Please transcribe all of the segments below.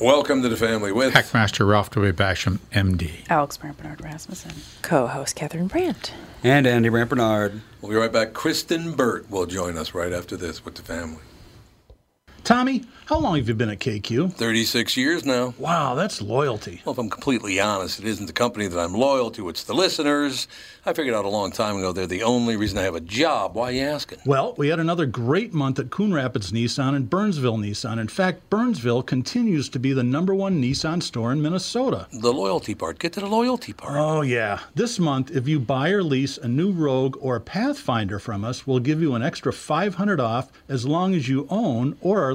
Welcome to the family with Hackmaster Ralph W. Basham, MD. Alex Brant Bernard Rasmussen. Co-host Catherine Brandt. And Andy Rampernard. We'll be right back. Kristen Burt will join us right after this with the family. Tommy, how long have you been at KQ? 36 years now. Wow, that's loyalty. Well, if I'm completely honest, it isn't the company that I'm loyal to, it's the listeners. I figured out a long time ago they're the only reason I have a job. Why are you asking? Well, we had another great month at Coon Rapids Nissan and Burnsville Nissan. In fact, Burnsville continues to be the number one Nissan store in Minnesota. The loyalty part. Get to the loyalty part. Oh, yeah. This month, if you buy or lease a new Rogue or Pathfinder from us, we'll give you an extra 500 off as long as you own or are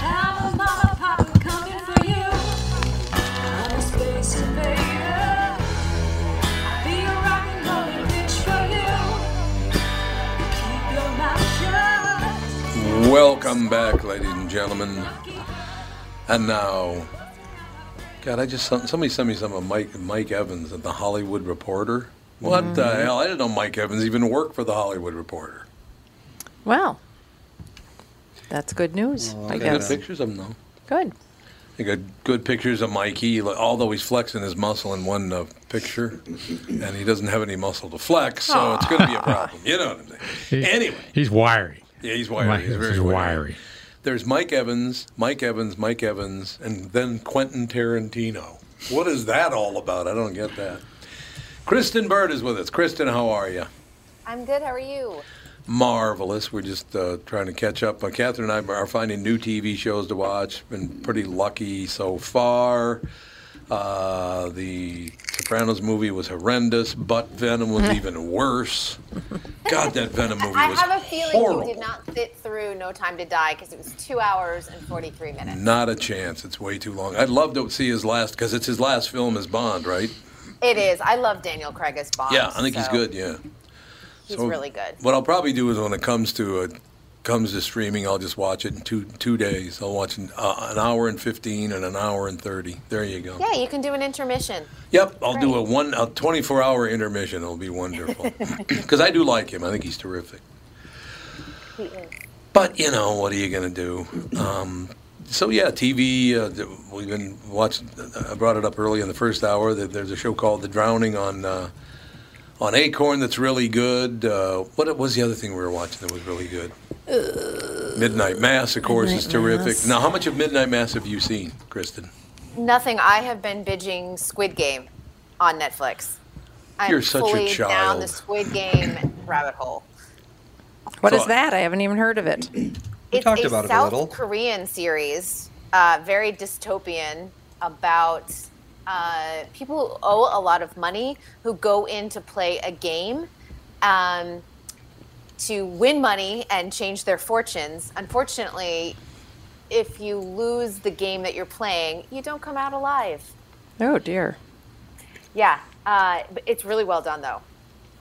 I'm a mama papa coming for you. I'm a space invader. I'd be a rock and rollin' bitch for you. Keep your mouth shut. Welcome back, ladies and gentlemen. And now, God, I just somebody sent me some of Mike Mike Evans at the Hollywood Reporter. What the hell? I didn't know Mike Evans even worked for the Hollywood Reporter. Well, that's good news, They I got guess. pictures of him though. Good. They got good pictures of Mikey, li- although he's flexing his muscle in one uh, picture, and he doesn't have any muscle to flex, so it's going to be a problem. You know what I'm saying? He- Anyway, He's wiry. yeah, he's wiry. He's very He's wiry. There's Mike Evans, Mike Evans, Mike Evans, and then Quentin Tarantino. What is that all about? I don't get that. Kristen Bird is with us. Kristen, how are you? I'm good. How are you? Marvelous. We're just uh, trying to catch up. Uh, Catherine and I are finding new TV shows to watch. Been pretty lucky so far. Uh, the Sopranos movie was horrendous, but Venom was even worse. God, that Venom movie I was have a feeling horrible. you did not sit through No Time to Die because it was two hours and 43 minutes. Not a chance. It's way too long. I'd love to see his last because it's his last film as Bond, right? It is. I love Daniel Craig as Bond. Yeah, I think he's so good. Yeah. He's So really good. What I'll probably do is when it comes to it comes to streaming, I'll just watch it in two two days. I'll watch an, uh, an hour and fifteen and an hour and thirty. There you go. Yeah, you can do an intermission. Yep, I'll do a one a twenty four hour intermission. It'll be wonderful because I do like him. I think he's terrific. He is. But you know, what are you going to do? Um, so yeah, TV. Uh, th- we've been watching. I brought it up early in the first hour that there's a show called The Drowning on uh, on Acorn that's really good. Uh, what was the other thing we were watching that was really good? Uh, Midnight Mass, of course, is Midnight terrific. Mass. Now, how much of Midnight Mass have you seen, Kristen? Nothing. I have been binging Squid Game on Netflix. I'm You're such a fully down child. the Squid Game rabbit hole. What So- is that? I haven't even heard of it. It's talked a about it a South little. Korean series, uh, very dystopian, about uh, people who owe a lot of money who go in to play a game um, to win money and change their fortunes. Unfortunately, if you lose the game that you're playing, you don't come out alive. Oh dear. Yeah, uh, but it's really well done though.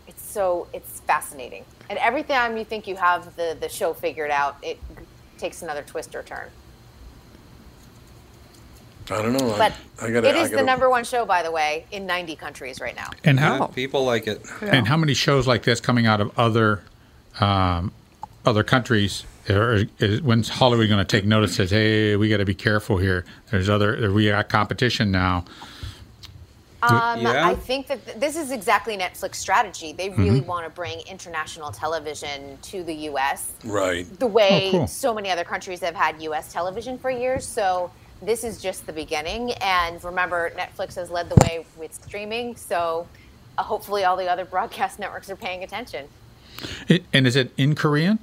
It's so it's fascinating, and every time you think you have the the show figured out, it takes another twist or turn. I don't know. I- But I, gotta, it I is the gotta- number one show, by the way, in 90 countries right now. And how Oh. People like it. and how many shows like this coming out of other um, other countries? Or is, when's Hollywood going to take notice? Says, hey, we got to be careful here. There's other we got competition now. Um, Yeah. I think that th- this is exactly Netflix strategy. They really Mm-hmm. want to bring international television to the U.S. Right. the way Oh, cool. so many other countries have had U.S. television for years. So this is just the beginning. And remember, Netflix has led the way with streaming. So uh, hopefully, all the other broadcast networks are paying attention. It, and is it in Korean?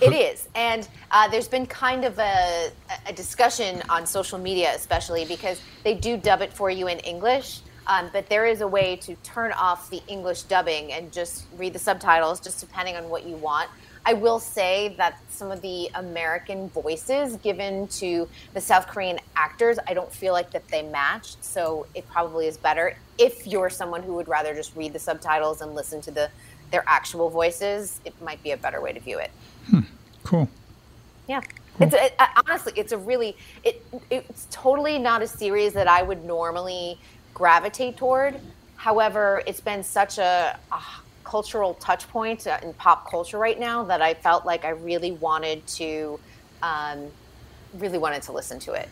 It is, and uh, there's been kind of a, a discussion on social media, especially because they do dub it for you in English. Um, but there is a way to turn off the English dubbing and just read the subtitles, just depending on what you want. I will say that some of the American voices given to the South Korean actors, I don't feel like that they matched. So it probably is better if you're someone who would rather just read the subtitles and listen to the their actual voices. It might be a better way to view it. Cool. Yeah. It's a, it, honestly, it's a really it it's totally not a series that I would normally gravitate toward. However, it's been such a, a cultural touch point uh, in pop culture right now that I felt like I really wanted to um, really wanted to listen to it.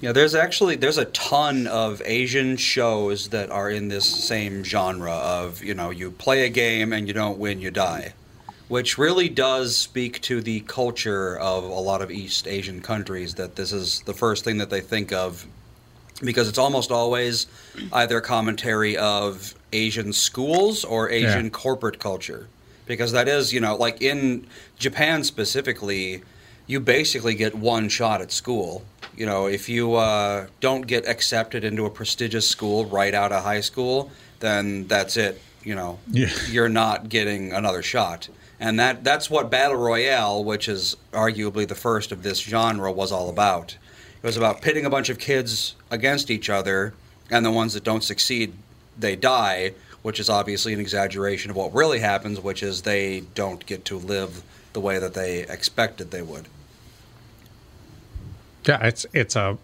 Yeah, there's actually there's a ton of Asian shows that are in this same genre of, you know, you play a game and you don't win, you die. Which really does speak to the culture of a lot of East Asian countries that this is the first thing that they think of because it's almost always either commentary of Asian schools or Asian Yeah. corporate culture. Because that is, you know, like in Japan specifically, you basically get one shot at school. You know, if you uh, don't get accepted into a prestigious school right out of high school, then that's it. You know, Yeah. you're not getting another shot. And that, that's what Battle Royale, which is arguably the first of this genre, was all about. It was about pitting a bunch of kids against each other, and the ones that don't succeed, they die, which is obviously an exaggeration of what really happens, which is they don't get to live the way that they expected they would. Yeah, it's it's a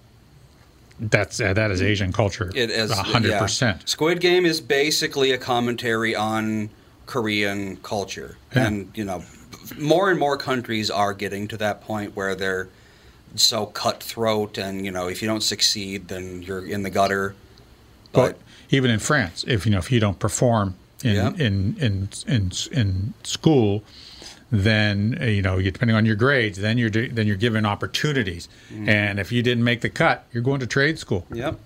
that's uh, that is Asian culture. It is a hundred yeah. percent. Squid Game is basically a commentary on Korean culture, Yeah. and you know, more and more countries are getting to that point where they're so cutthroat, and you know, if you don't succeed, then you're in the gutter. But even in France, if you know if you don't perform in Yeah. in, in in in school, then uh, you know you depending on your grades, then you're do- then you're given opportunities. And if you didn't make the cut, you're going to trade school. Yep.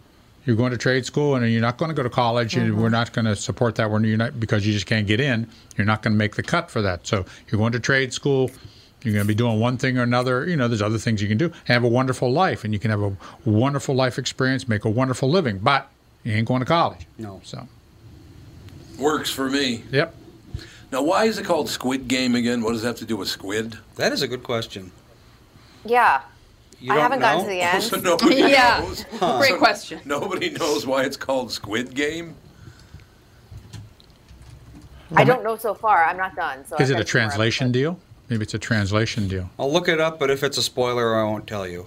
You're going to trade school, and you're not going to go to college. And we're not going to support that. We're you're not because you just can't get in. You're not going to make the cut for that. So you're going to trade school. You're going to be doing one thing or another. You know, there's other things you can do. Have a wonderful life, and you can have a wonderful life experience, make a wonderful living. But you ain't going to college. No. So, Works for me. yep. Now, why is it called Squid Game again? What does that have to do with squid? That is a good question. Yeah. You I don't haven't gotten to know? the So end. nobody Yeah. knows. Great question. Nobody knows why it's called Squid Game. I don't know so far. I'm not done. So I've Is it a got some more translation deal? Maybe it's a translation deal. I'll look it up, but if it's a spoiler, I won't tell you.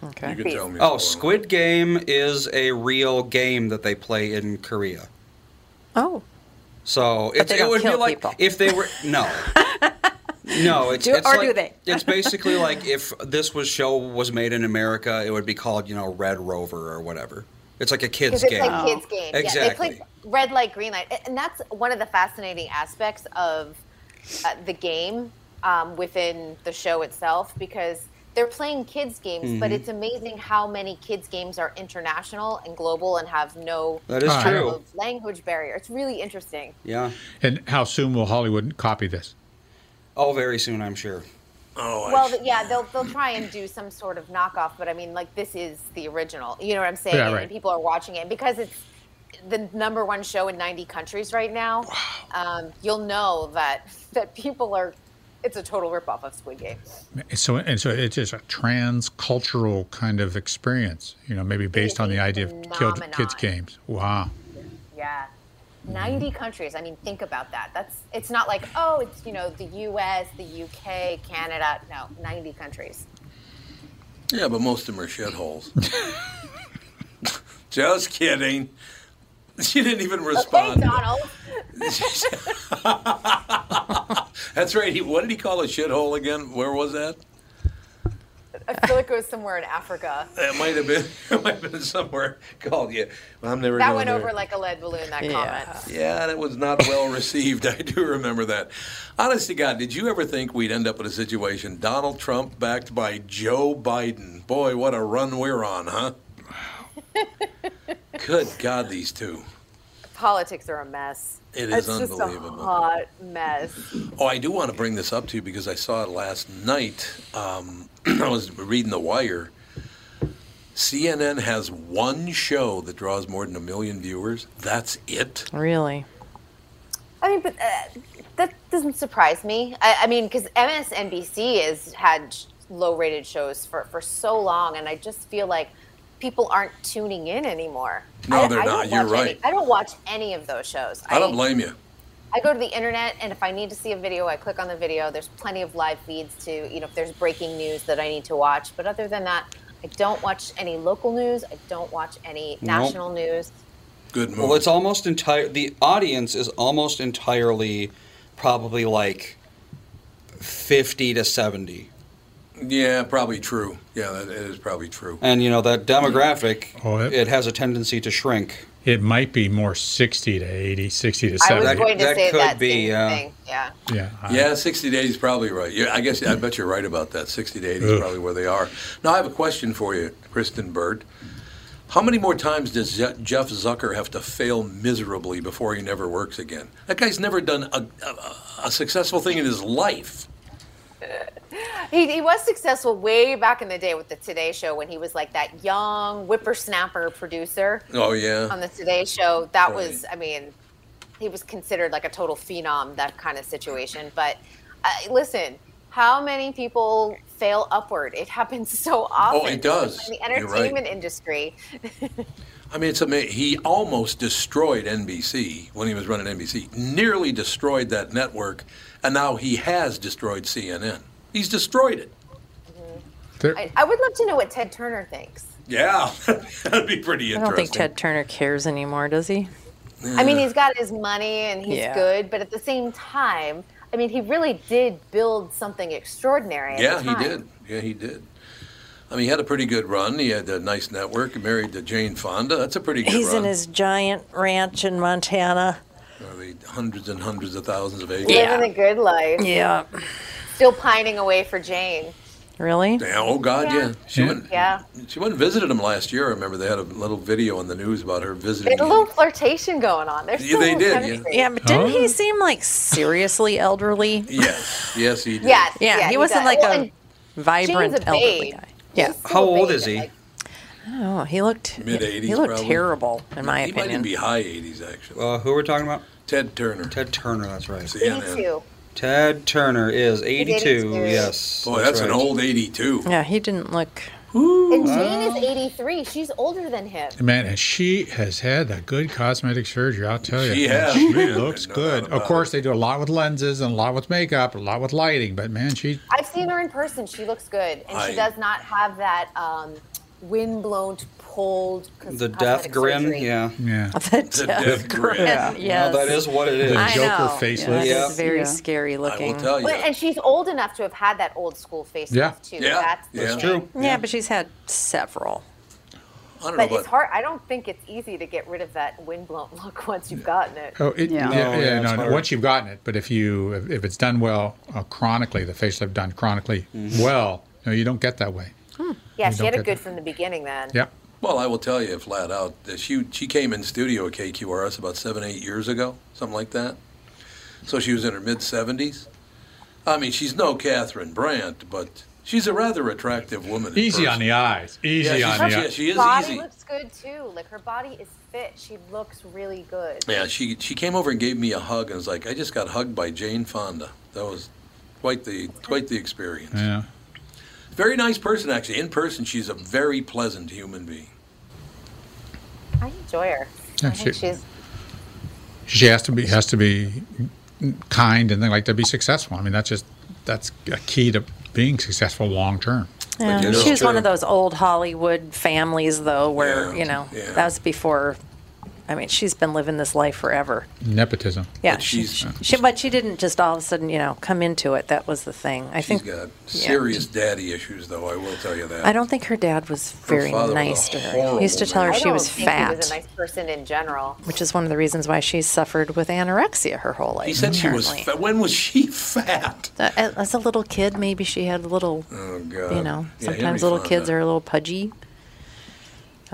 You Okay. can tell me. Oh, it's called. Squid Game is a real game that they play in Korea. Oh. So it's, they it don't would be kill like people. if they were no, no. It's, Do- it's or like- do they? it's basically like if this was show was made in America, it would be called you know Red Rover or whatever. It's like a kids Because it's game. like kids' game. Yeah, they play Exactly. red light, green light, A- and that's one of the fascinating aspects of uh, the game um, within the show itself because they're playing kids' games, but Mm-hmm. it's amazing how many kids' games are international and global and have no That is Ah. type true. of language barrier. It's really interesting. Yeah. And how soon will Hollywood copy this? Oh, very soon, I'm sure. Oh, I Well, see. th- yeah, they'll they'll try and do some sort of knockoff, but I mean, like this is the original. You know what I'm saying? Yeah, And right. people are watching it because it's the number one show in 90 countries right now. Um, you'll know that that people are it's a total ripoff of Squid Game. So and so, it's just a trans-cultural kind of experience, you know, maybe based on the idea of kid- kids' Phenomenon. games. Wow. Yeah. 90 countries. I mean, think about that. That's it's not like, oh, it's, you know, the US, the UK, Canada. No, 90 countries. Yeah, but most of them are shitholes. Just kidding. She didn't even Okay, respond. Donald. That's right. He, what did he call a shithole again? Where was that? I feel like it was somewhere in Africa. That might have been. It might have been somewhere called you. I'm never. That going went there. over like a lead balloon, that Yeah. comment. Yeah, that was not well received. I do remember that. Honest to God, did you ever think we'd end up with a situation Donald Trump backed by Joe Biden? Boy, what a run we're on, huh? Good God, these two. Politics are a mess. It it's is just a unbelievable. hot mess. Oh, I do want to bring this up to you because I saw it last night. Um, I was reading The Wire. CNN has one show that draws more than a million viewers. That's it. Really? I mean, but uh, that doesn't surprise me. I, I mean, because MSNBC has had sh- low-rated shows for, for so long, and I just feel like people aren't tuning in anymore. No, I, they're I don't not. You're watch any- right. I don't watch any of those shows. I don't blame you. I go to the internet, and if I need to see a video, I click on the video. There's plenty of live feeds to, you know, if there's breaking news that I need to watch. But other than that, I don't watch any local news. I don't watch any national news. Good move. Well, it's almost entire. The audience is almost entirely, probably like fifty to seventy, Yeah, probably true. Yeah, that it is probably true. and you know that demographic. Oh, it, it- has a tendency to shrink. It might be more 60 to 80, 60 I to was 70. That- going to that say could that be, same yeah. thing. Yeah. yeah. I- Yeah, 60 days is probably right. Yeah, I guess I bet you're right about that. 60 to 80 is Ugh. probably where they are. Now, I have a question for you, Kristen Bird. How many more times does Je- Jeff Zucker have to fail miserably before he never works again? That guy's never done a, a, a successful thing in his life. He, he was successful way back in the day with the Today Show when he was like that young whippersnapper producer Oh, yeah. on the Today Show. That Right. was, I mean, he was considered like a total phenom, that kind of situation. But uh, listen, how many people fail upward? It happens so often. does. In the You're right. entertainment industry, I mean, it's amazing. He almost destroyed NBC when he was running NBC, nearly destroyed that network, and now he has destroyed CNN. He's destroyed it. There- I, I would love to know what Ted Turner thinks. Yeah, that'd be pretty I interesting. don't think Ted Turner cares anymore, does he? I Mm. mean, he's got his money and he's Yeah. good, but at the same time, I mean, he really did build something extraordinary. At Yeah, the he time. did. Yeah, he did. I mean, he had a pretty good run. He had a nice network. Married to Jane Fonda. That's a pretty good He's run. in his giant ranch in Montana. Uh, the hundreds and hundreds of thousands of acres. Living a good life. Yeah. Still pining away for Jane. Really? Yeah, Oh God, yeah. Yeah. She went. Yeah. She went and visited him last year. I remember they had a little video on the news about her They visiting. had a him. little flirtation going on. There's Yeah, they did, Yeah, but didn't Oh. he seem like seriously elderly? Yes, yes, he did. Yes, Yeah, he wasn't does. like Well, a and vibrant Jane's a elderly babe. guy. Yeah. she's still How a old baby, is he? like- Oh, he looked Mid-eighties, He looked probably. terrible, in my he might opinion. even be high 80s actually. Uh, who are we talking about? Ted Turner. Ted Turner. That's right. CNN. 82. Ted Turner is eighty-two. 82. Yes. Boy, that's, an right. old 82. yeah, he didn't look. And Jane is 83. She's older than him. Man, and she has had a good cosmetic surgery, I'll tell you. She has, She man. looks No doubt good. about Of course, they do a lot with lenses and a lot with makeup, a lot with lighting, but man, she. I've seen her in person. She looks good, and I- she does not have that um, wind-blown, pulled. cos- The death cosmetic grin. surgery. Yeah. Yeah. The That death grip. yeah. Yes. No, that is what it is. Oh, I- Joker know. facelift. Yeah, that Yeah. is very Yeah. scary I looking. will tell you. But, and she's old enough to have had that old school face Oh, Yeah. too. Yeah, That's the that's thing. True. yeah, but she's had several. I don't know But about it's hard. I don't think it's easy to get rid of that windblown look once you've gotten it. Oh, it, yeah. Yeah. yeah, Oh, yeah, it's no, no, hard. once you've gotten it, but if you if, if it's done well uh, chronically, the facelift done chronically Mm-hmm. well, no, you don't get that way. Yeah, You she don't had it get good that. from the beginning then. Yeah, Well, I will tell you flat out. that She she came in studio at KQRS about seven eight years ago, something like that. So she was in her mid seventies. I mean, she's no Catherine Brandt, but she's a rather attractive woman. in easy on person. the eyes, easy Yeah, she's- on the yeah, eyes. she is body easy. looks good too. Like her body is fit. She looks really good. Yeah, she she came over and gave me a hug and was like, "I just got hugged by Jane Fonda." That was quite the quite the experience. Yeah. Very nice person, actually. In person, she's a very pleasant human being. I enjoy her. Yeah, I think she- she's She has to be has to be kind and then like to be successful. I mean, that's just that's a key to being successful long term. Yeah, you know, she was one of true. those old Hollywood families, though, where Yeah, you know yeah. that was before. I mean, she's been living this life forever. Nepotism. Yeah, But she- she's- she, but she didn't just all of a sudden, you know, come into it. That was the thing. I She's think. got serious daddy issues, though. I will tell you that. I don't think her dad was Her very father was a nice to her. horrible He used to tell her man. I she don't was think She was fat, a nice person in general. which is one of the reasons why she suffered with anorexia her whole life. He said she was. apparently. Fa- when was she fat? Uh, a- As a little kid, maybe she had a little, Oh God. you know, Yeah, Henry sometimes little Fonda. kids are a little pudgy.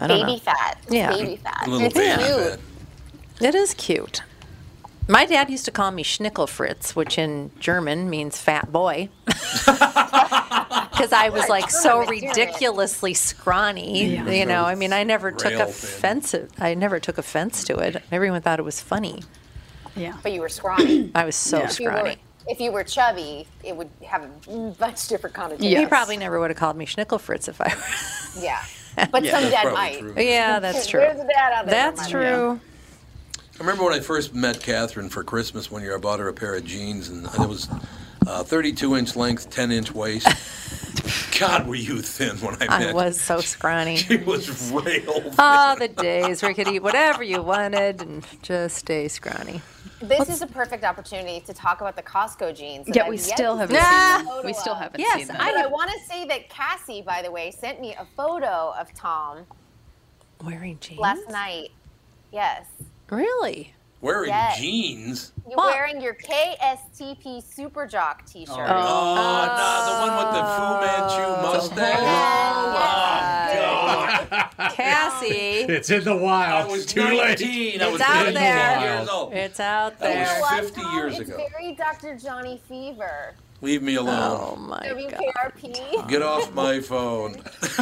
I don't Baby know. fat. It's Yeah. Baby fat. A little it's baby cute. fat. It is cute. My dad used to call me Schnickelfritz, which in German means fat boy. Because I was like so German, German. ridiculously scrawny, you know. I mean, I never took rail thin. offense. I never took offense to it. Everyone thought it was funny. Yeah. But you were scrawny. I was so if, you were, scrawny. if you were chubby, it would have a much different connotation. Yeah. He probably never would have called me Schnickelfritz if I were. Yeah. But some That's dad probably might. true. yeah, that's true. There's a dad out there. That's that might. true. I remember when I first met Catherine for Christmas one year. I bought her a pair of jeans, and it was uh, 32 inch length, 10 inch waist. God, were you thin when I met? I was so scrawny. She was rail. thin. Oh, the days where you could eat whatever you wanted and just stay scrawny. This is a perfect opportunity to talk about the Costco jeans. that Yet I've we yet still to haven't see Nah. a photo We still of. haven't Yes, seen that. I But I want to say that Cassie, by the way, sent me a photo of Tom Wearing jeans last night. Yes. Really? Wearing Yes. jeans. You're What? wearing your KSTP Super Jock t shirt. Oh, Oh. no, the one with the Fu Manchu mustache. Cassie, It's in the wild. I was 19. I It's was out 19 there. years old. it's out That was there. What, 50 Tom? years it's ago. very Dr. Johnny Fever. Leave me Oh alone. my god. WKRP. Get off my phone. so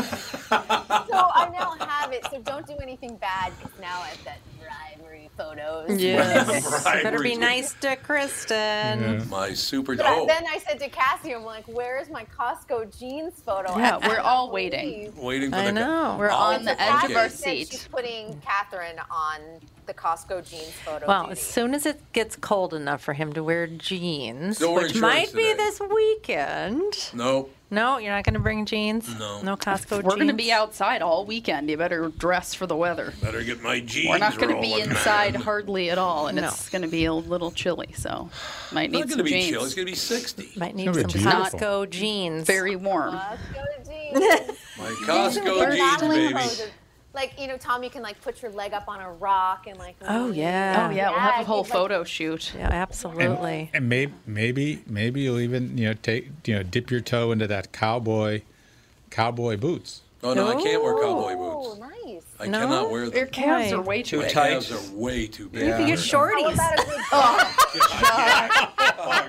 I now have it. So don't do anything bad because now I've got bribery photos. Yes. Bribery's Better be good. nice to Kristen. My super. But I- Oh, then I said to Cassie, I'm like, where's my Costco jeans photo? Yeah, I cannot we're all believe waiting. waiting for I the. know. We're on the edge of our Okay. that She's seat. putting Catherine on the Costco jeans photo. Well, duty. as soon as it gets cold enough for him to wear jeans, Don't wear which shorts might today. be this weekend. No. No, you're not going to bring jeans. No. no Costco. We're going to jeans? be outside all weekend. You better dress for the weather. Better get my jeans. We're not going to be rolling, inside man. hardly at all, and No. it's going to be a little chilly, so might It's not need going to some be chill. It's jeans. going to be 60. Might need be some beautiful. Costco jeans. Very warm. Costco jeans. My Costco They're jeans, not like baby. poses. Like you know, Tom, you can like put your leg up on a rock and like. Oh, lean. yeah. Oh yeah, we'll have a whole you'd, like, photo shoot. Yeah, absolutely. And maybe, maybe, maybe you'll even you know take you know dip your toe into that cowboy, cowboy boots. Oh, no, I can't wear cowboy Oh, boots. nice. I No? cannot wear Your them. calves Why? are way too Too big. tight. Calves are way too big. You could get How shorties. about a good dog?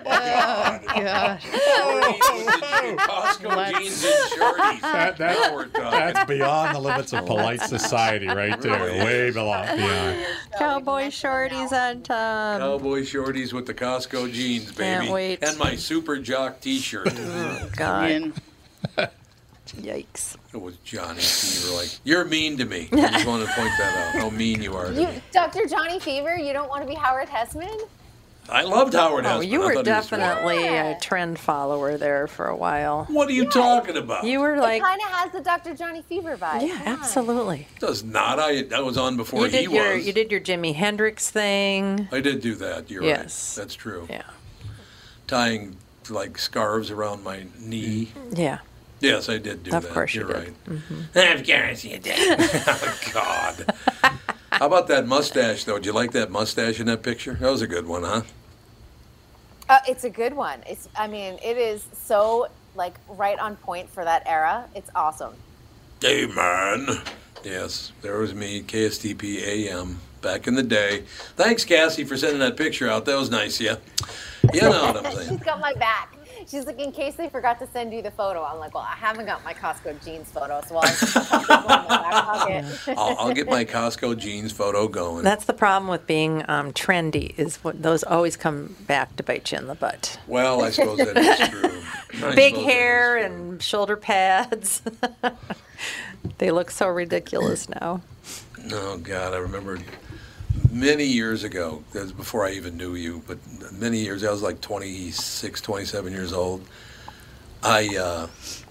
Oh, Yeah. Costco Let's- jeans and shorties. That- that- Now we're done. That's beyond the limits of polite society, right Really? there. Way beyond. beyond. Cowboy shorties uh, on top. Cowboy shorties with the Costco jeans, baby. Can't wait. And my super jock t-shirt. it God, And yikes. was Johnny Fever like, you're mean to me. I just wanted to point that out, how mean you are to You, me. Dr. Johnny Fever, you don't want to be Howard Hessman? I loved Howard Oh, Hessman. you I were thought he was great. definitely Yeah. a trend follower there for a while. What are you talking about? You were it like, kind of has the Dr. Johnny Fever vibe. yeah, Come on. absolutely. Does not. I that was on before You did he your was. you did your Jimi Hendrix thing. I did do that. You're Yes. right. That's true. Yeah, Tying like scarves around my knee. yeah. Yes, I did do Of that. course you You're did. Mm-hmm. right. Of course you did. oh, God. How about that mustache, though? Did you like that mustache in that picture? That was a good one, huh? Uh, it's a good one. It's, I mean, it is so like right on point for that era. It's awesome. Hey, man. Yes, there was me, KSTP AM, back in the day. Thanks, Cassie, for sending that picture out. That was nice, yeah. You know what I'm saying? She's got my back. She's like, in case they forgot to send you the photo. I'm like, well, I haven't got my Costco jeans photo, so I'll just put it in my back pocket. I'll, I'll get my Costco jeans photo going. That's the problem with being um, trendy is what those always come back to bite you in the butt. well, I suppose that is true. I Big suppose that hair is true. and shoulder pads. they look so ridiculous now. Oh God, I remember many years ago. That was before I even knew you, but many years. I was like 26, 27 years old. I uh,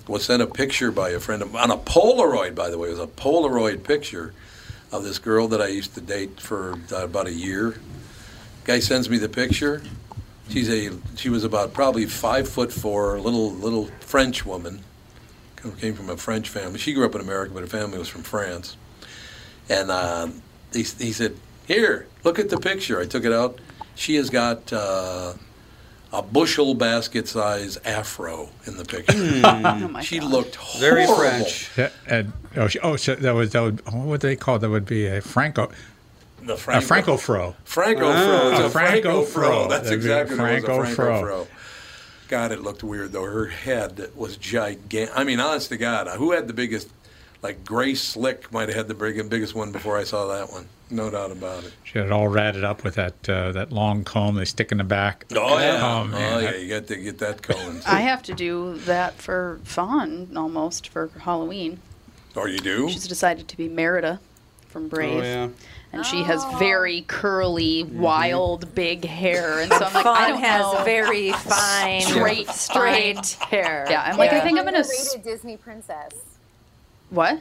was sent a picture by a friend of, on a Polaroid. By the way, it was a Polaroid picture of this girl that I used to date for uh, about a year. Guy sends me the picture. She's a she was about probably five foot four, little little French woman. Came from a French family. She grew up in America, but her family was from France. And uh, he, he said, Here, look at the picture. I took it out. She has got uh, a bushel basket size afro in the picture. Oh my she God. looked horrible. Very French. Yeah, and, oh, she- oh, so that was that would oh, what would they call it? that would be a Franco The a Franco, Franco fro. Franco fro. It's Ah, a Franco Franco fro. fro. That's That'd be exactly what it was, a Franco Franco fro. fro. God, it looked weird though. Her head was gigantic. I mean, honest to God, who had the biggest? Like Grace Slick might have had the big- biggest one before I saw that one. No doubt about it. She had it all ratted up with that uh, that long comb they stick in the back. Oh yeah, Oh, man. oh yeah. You got to get that going. I have to do that for Fawn almost for Halloween. or Oh, you do? She's decided to be Merida from Brave. Oh, yeah. And she has very curly, wild, big hair. And so I'm like, I Fawn don't has know. very fine, Straight, straight hair. yeah, I'm like, I think I'm gonna. underrated s- Disney princess. What?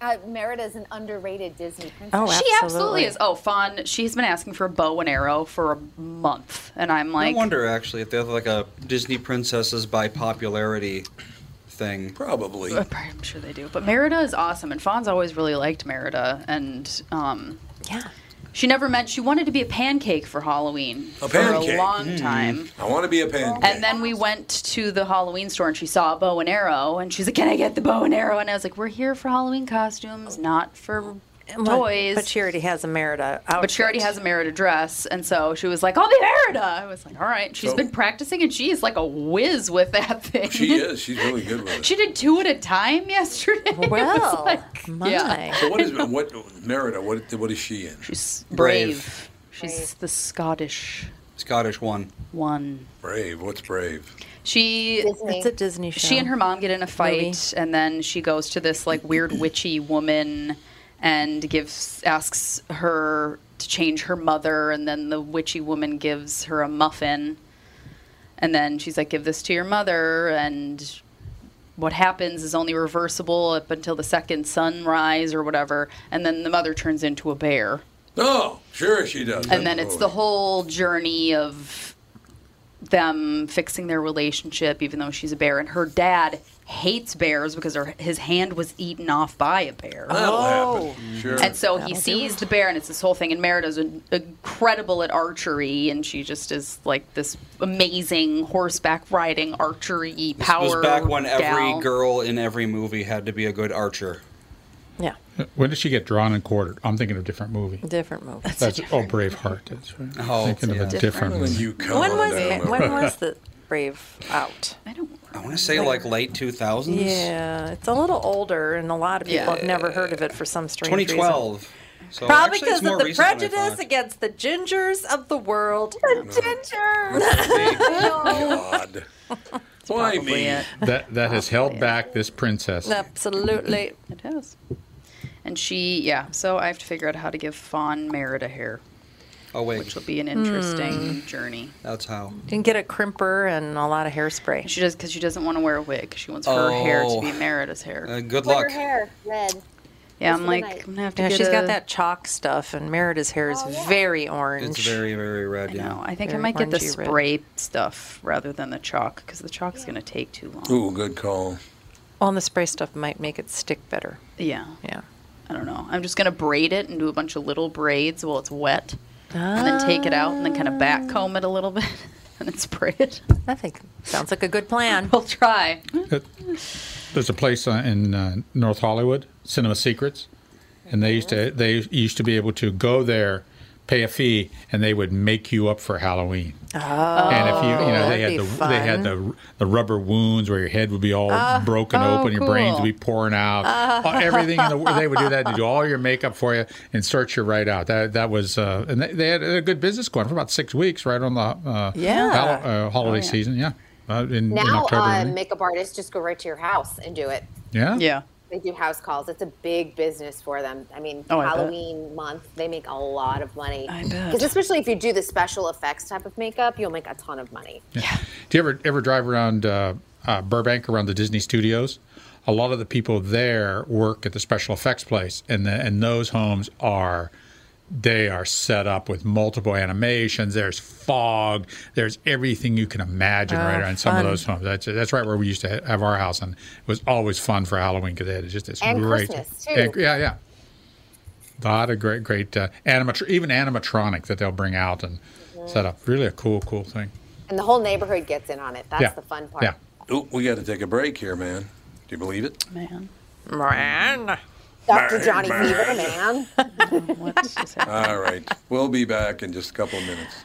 Uh, Merida's an underrated Disney princess. Oh, She absolutely is. Oh, Fawn, she's been asking for a bow and arrow for a month. And I'm I like, wonder actually if they have like a Disney princesses by popularity thing. Probably. I'm sure they do. But Merida is awesome. And Fawn's always really liked Merida. And um, Yeah. she never meant, she wanted to be a pancake for Halloween A for pancake. Hmm. a long time. I want to be a pancake. And then we went to the Halloween store and she saw a bow and arrow and she's like, Can I get the bow and arrow? And I was like, We're here for Halloween costumes, not for toys. But she already has a Merida outfit. But she already has a Merida dress, and so she was like, "I'll be Merida." I was like, "All right." She's So- been practicing, and she is like a whiz with that thing. she is. She's really good with it. She did two at a time yesterday. It was Well, like- my. yeah. so what is what Merida? What what is she in? she's Brave. brave. She's the Scottish Scottish one. one. Brave. What's brave? She Disney. It's a Disney show. she and her mom get in a fight and then she goes to this like weird witchy woman and gives asks her to change her mother and then the witchy woman gives her a muffin and then she's like give this to your mother and what happens is only reversible up until the second sunrise or whatever and then the mother turns into a bear Oh, sure she does. and then it's the whole journey of them fixing their relationship even though she's a bear and her dad hates bears because her, his hand was eaten off by a bear That'll Oh. happen. Sure. and so he sees the bear and it's this whole thing and merida's in- incredible at archery and she just is like this amazing horseback riding archery power This was back when gal. every girl in every movie had to be a good archer. Yeah. When did she get drawn and quartered? I'm thinking of a different movie. Different movie. That's oh Braveheart. That's right. Oh, I'm thinking of a yeah. different Well, then movie. you come When on was down it? over. When was the Brave out? i don't I want to say like late 2000s. Yeah, it's a little older, and a lot of people have never heard of it for some strange reason. 2012. So Probably actually it's because of more the recent than I prejudice thought. against the gingers of the world. God. Why probably me? it. That that has held back this princess. Absolutely. It is. And she, yeah. So I have to figure out how to give Fawn Merida hair, Oh wait, which will be an interesting Hmm. journey. that's how. You can get a crimper and a lot of hairspray. She does because she doesn't want to wear a wig. She wants her hair to Oh. be Merida's hair. Uh, good Put luck. her hair red. yeah, for I'm the like, night. I'm gonna have to Yeah, get she's got a- that chalk stuff, and Merida's hair is very orange. It's very very red. Yeah. No, I think I Very might get the orangey red. spray stuff rather than the chalk because the chalk's gonna take too long. Ooh, good call. Well, and the spray stuff might make it stick better. Yeah, Yeah. I don't know. I'm just gonna braid it and do a bunch of little braids while it's wet, and then take it out and then kind of back comb it a little bit and then spray it. I think sounds like a good plan. we'll try. There's a place uh, in uh, North Hollywood, Cinema Secrets, and they used to they used to be able to go there pay a fee, and they would make you up for Halloween. Oh, and if you, you know, they that'd had be the they had the the rubber wounds where your head would be all broken oh, open, your brains would be cool. pouring out, Oh, everything in the world. They would do that to do all your makeup for you and sort you right out. That that was, uh, and they, they had a good business going for about six weeks, right on the uh, Yeah. hol- uh, holiday season. Yeah, uh, in, in Now, October. I uh, think. makeup artists just go right to your house and do it. yeah, Yeah. They do house calls. It's a big business for them. I mean, Oh, I bet. Halloween month, they make a lot of money. I bet. Because especially if you do the special effects type of makeup, you'll make a ton of money. Do you ever ever drive around uh, uh, Burbank around the Disney Studios? A lot of the people there work at the special effects place, and the, and those homes are they are set up with multiple animations. There's fog. There's everything you can imagine Ah, right around some of fun. those homes. That's that's right where we used to ha- have our house, and it was always fun for Halloween because they had just this And great Christmas, too. And- yeah, yeah. A lot of great, great uh, animatr- even animatronic that they'll bring out and Mm-hmm. set up. Really a cool, cool thing. And the whole neighborhood gets in on it. That's yeah, the fun part. Yeah. Ooh, we got to take a break here, man. Do you believe it? Man. Man. Dr. Johnny Fever, man. What's just happening? All right. We'll be back in just a couple of minutes.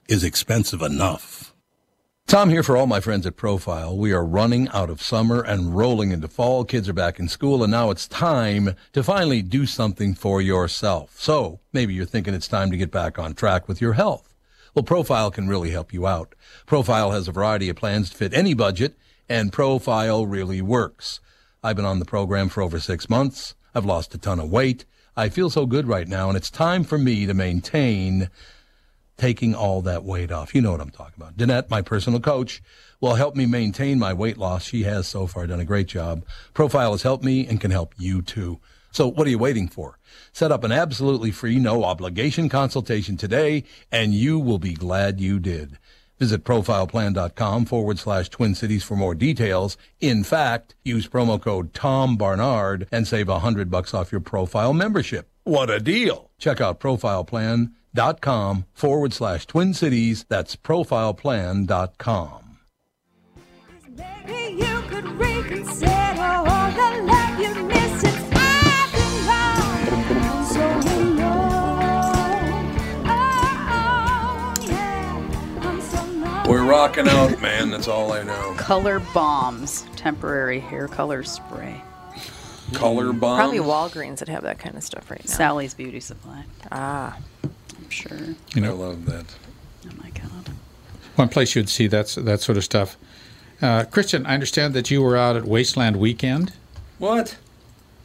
is expensive enough. Tom here for all my friends at Profile. We are running out of summer and rolling into fall. Kids are back in school and now it's time to finally do something for yourself. So maybe you're thinking it's time to get back on track with your health. Well, Profile can really help you out. Profile has a variety of plans to fit any budget, and Profile really works. I've been on the program for over six months. I've lost a ton of weight. I feel so good right now, and it's time for me to maintain taking all that weight off. You know what I'm talking about. Danette, my personal coach, will help me maintain my weight loss. She has so far done a great job. Profile has helped me and can help you too. So what are you waiting for? Set up an absolutely free, no obligation consultation today, and you will be glad you did. Visit profileplan.com forward slash twin cities for more details. In fact, use promo code Tom Barnard and save a hundred bucks off your profile membership. What a deal! Check out profileplan.com forward slash twin cities. That's profileplan.com. Maybe you could reconsider all the love you missed since I've been gone. I'm so alone. Oh, yeah. I'm so lonely. We're rocking out, man. That's all I know. Color bombs, temporary hair color spray. Color bomb. Probably Walgreens that have that kind of stuff right now. Sally's Beauty Supply. Ah. I'm sure. I love that. Oh my God. One place you'd see that's that sort of stuff. Uh, Christian, I understand that you were out at Wasteland Weekend. What?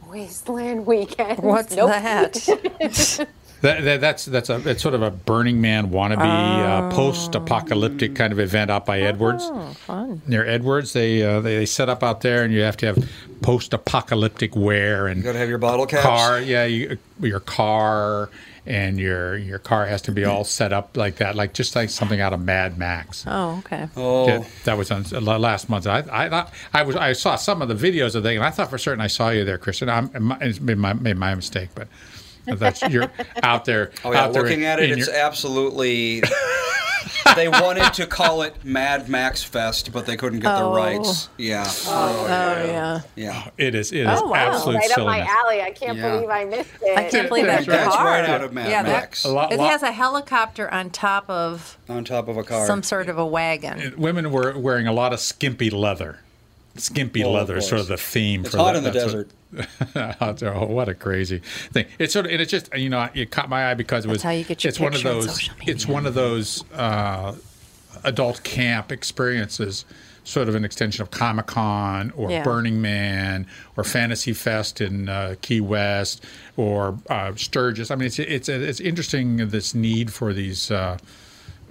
Wasteland weekend. What's Nope. that? That, that, that's that's a it's sort of a Burning Man wannabe uh, Oh. post-apocalyptic kind of event out by Edwards. Oh, Fun. Near Edwards, they, uh, they they set up out there, and you have to have post-apocalyptic wear and You gotta have your bottle caps. car. Yeah, you, your car and your your car has to be all set up like that, like just like something out of Mad Max. Oh, okay. Oh, Yeah, that was on uh, la- last month. I, I, I, I was, I saw some of the videos of that, and I thought for certain I saw you there, Christian. I'm, it might- it's been my, made my mistake, but that's you're out there. oh yeah. out there Looking at it, in it's your- absolutely. they wanted to call it Mad Max Fest, but they couldn't get the rights. Yeah. Oh, yeah. Yeah. it is, it is Oh, wow. absolute Right up my silliness. alley. I can't Yeah. believe I missed it. I can't believe that That's right. That's car. right out of Mad Yeah, that- Max. A lot- It lot- has a helicopter on top of on top of a car. some sort of a wagon. women were wearing a lot of skimpy leather. Skimpy Well, Oh, of leather is sort of the course. theme It's for hot that. in the that's what- desert. out there. Oh, what a crazy thing! It's sort of, and it's just you know, it caught my eye because it was. how you get your it's one of picture on those. social media. It's one of those uh, adult camp experiences, sort of an extension of Comic Con or Yeah. Burning Man or Fantasy Fest in uh, Key West or uh, Sturgis. I mean, it's it's it's interesting this need for these uh,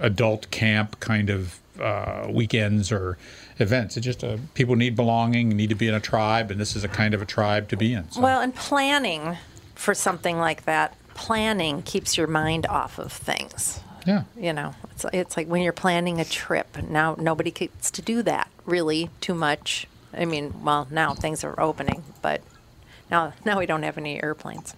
adult camp kind of uh, weekends or. Events. It's just uh, people need belonging, need to be in a tribe, and this is a kind of a tribe to be in. So. Well, and planning for something like that planning keeps your mind off of things. Yeah. You know, it's, it's like when you're planning a trip. Now nobody gets to do that really too much. I mean, well, now things are opening, but now now we don't have any airplanes.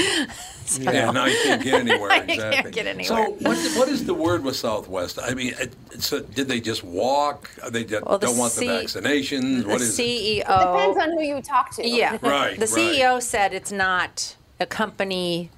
Yeah, now you can't get anywhere. You can't Exactly. get anywhere. So what, what is the word with Southwest? I mean, it- it's a, did they just walk? Are They just Well, the don't want C- the vaccinations. the What is it? CEO Depends on who you talk to. Yeah. Right, The E right. CEO said it's not a company